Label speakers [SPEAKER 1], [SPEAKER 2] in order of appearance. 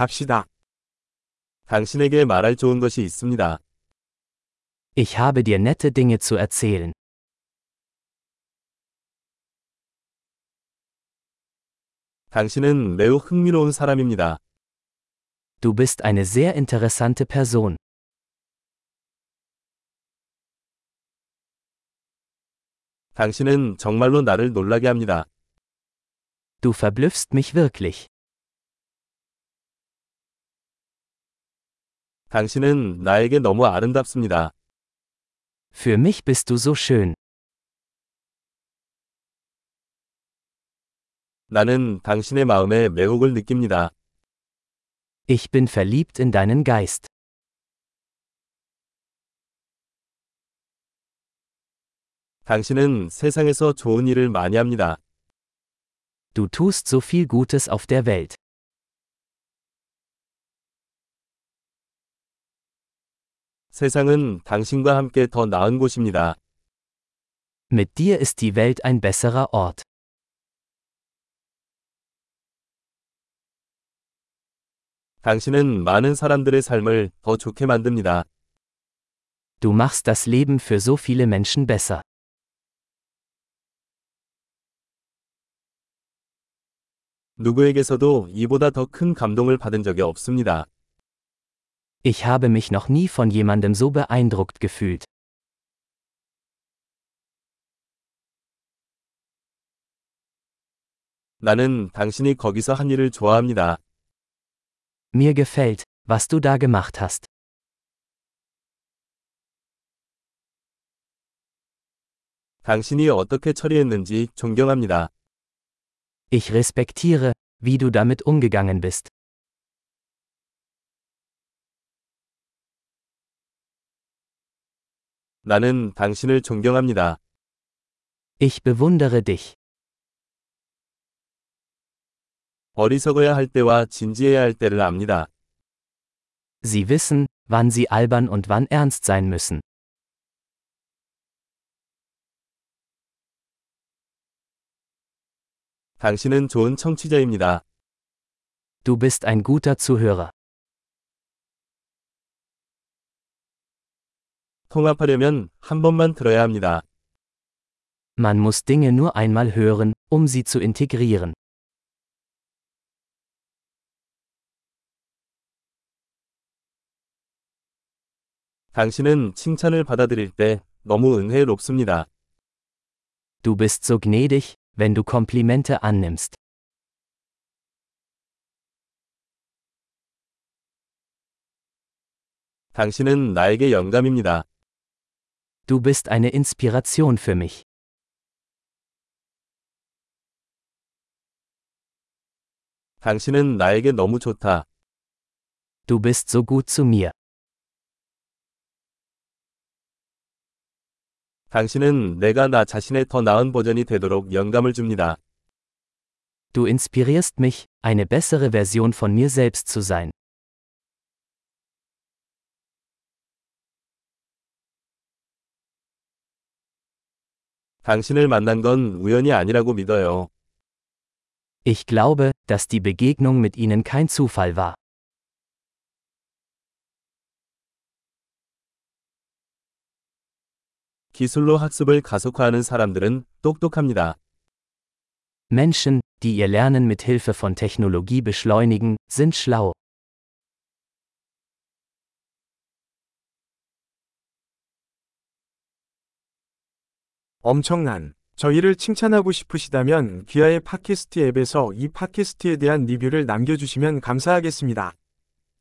[SPEAKER 1] 갑시다. 당신에게 말할 좋은 것이 있습니다.
[SPEAKER 2] Ich habe dir nette Dinge zu erzählen.
[SPEAKER 1] 당신은 매우 흥미로운 사람입니다.
[SPEAKER 2] Du bist eine sehr interessante Person.
[SPEAKER 1] 당신은 정말로 나를 놀라게 합니다.
[SPEAKER 2] Du verblüffst mich wirklich.
[SPEAKER 1] 당신은 나에게 너무 아름답습니다.
[SPEAKER 2] Für mich bist du so schön.
[SPEAKER 1] 나는 당신의 마음에 매혹을 느낍니다.
[SPEAKER 2] Ich bin verliebt in deinen Geist.
[SPEAKER 1] 당신은 세상에서 좋은 일을 많이 합니다.
[SPEAKER 2] Du tust so viel Gutes auf der Welt.
[SPEAKER 1] 세상은 당신과 함께 더 나은 곳입니다.
[SPEAKER 2] Mit dir ist die Welt ein besserer Ort.
[SPEAKER 1] 당신은 많은 사람들의 삶을 더 좋게 만듭니다.
[SPEAKER 2] Du machst das Leben für so viele Menschen besser.
[SPEAKER 1] 누구에게서도 이보다 더 큰 감동을 받은 적이 없습니다.
[SPEAKER 2] Ich habe mich noch nie von jemandem so beeindruckt gefühlt.
[SPEAKER 1] 나는 당신이 거기서 한 일을 좋아합니다.
[SPEAKER 2] Mir gefällt, was du da gemacht hast.
[SPEAKER 1] 당신이 어떻게 처리했는지 존경합니다.
[SPEAKER 2] Ich respektiere, wie du damit umgegangen bist.
[SPEAKER 1] 나는 당신을 존경합니다.
[SPEAKER 2] Ich bewundere dich.
[SPEAKER 1] 어리석어야 할 때와 진지해야 할 때를 압니다.
[SPEAKER 2] Sie wissen, wann sie albern und wann ernst sein müssen.
[SPEAKER 1] 당신은 좋은 청취자입니다.
[SPEAKER 2] Du bist ein guter Zuhörer.
[SPEAKER 1] 통합하려면 한 번만 들어야 합니다.
[SPEAKER 2] Man muss Dinge nur einmal hören, um sie zu integrieren.
[SPEAKER 1] 당신은 칭찬을 받아들일 때 너무 은혜롭습니다.
[SPEAKER 2] Du bist so gnädig, wenn du Komplimente annimmst.
[SPEAKER 1] 당신은 나에게 영감입니다.
[SPEAKER 2] Du bist eine Inspiration für mich.
[SPEAKER 1] 당신은 나에게 너무 좋다.
[SPEAKER 2] Du bist so gut zu mir.
[SPEAKER 1] 당신은 내가 나 자신의 더 나은 버전이 되도록 영감을 줍니다.
[SPEAKER 2] Du inspirierst mich, eine bessere Version von mir selbst zu sein.
[SPEAKER 1] 당신을 만난 건 우연이 아니라고 믿어요.
[SPEAKER 2] Ich glaube, dass die Begegnung mit ihnen kein Zufall war.
[SPEAKER 1] 기술로 학습을 가속화하는 사람들은 똑똑합니다.
[SPEAKER 2] Menschen, die ihr Lernen mit Hilfe von Technologie beschleunigen, sind schlau.
[SPEAKER 3] 엄청난 저희를 칭찬하고 싶으시다면 귀하의 팟캐스트 앱에서 이 팟캐스트에 대한 리뷰를 남겨주시면 감사하겠습니다.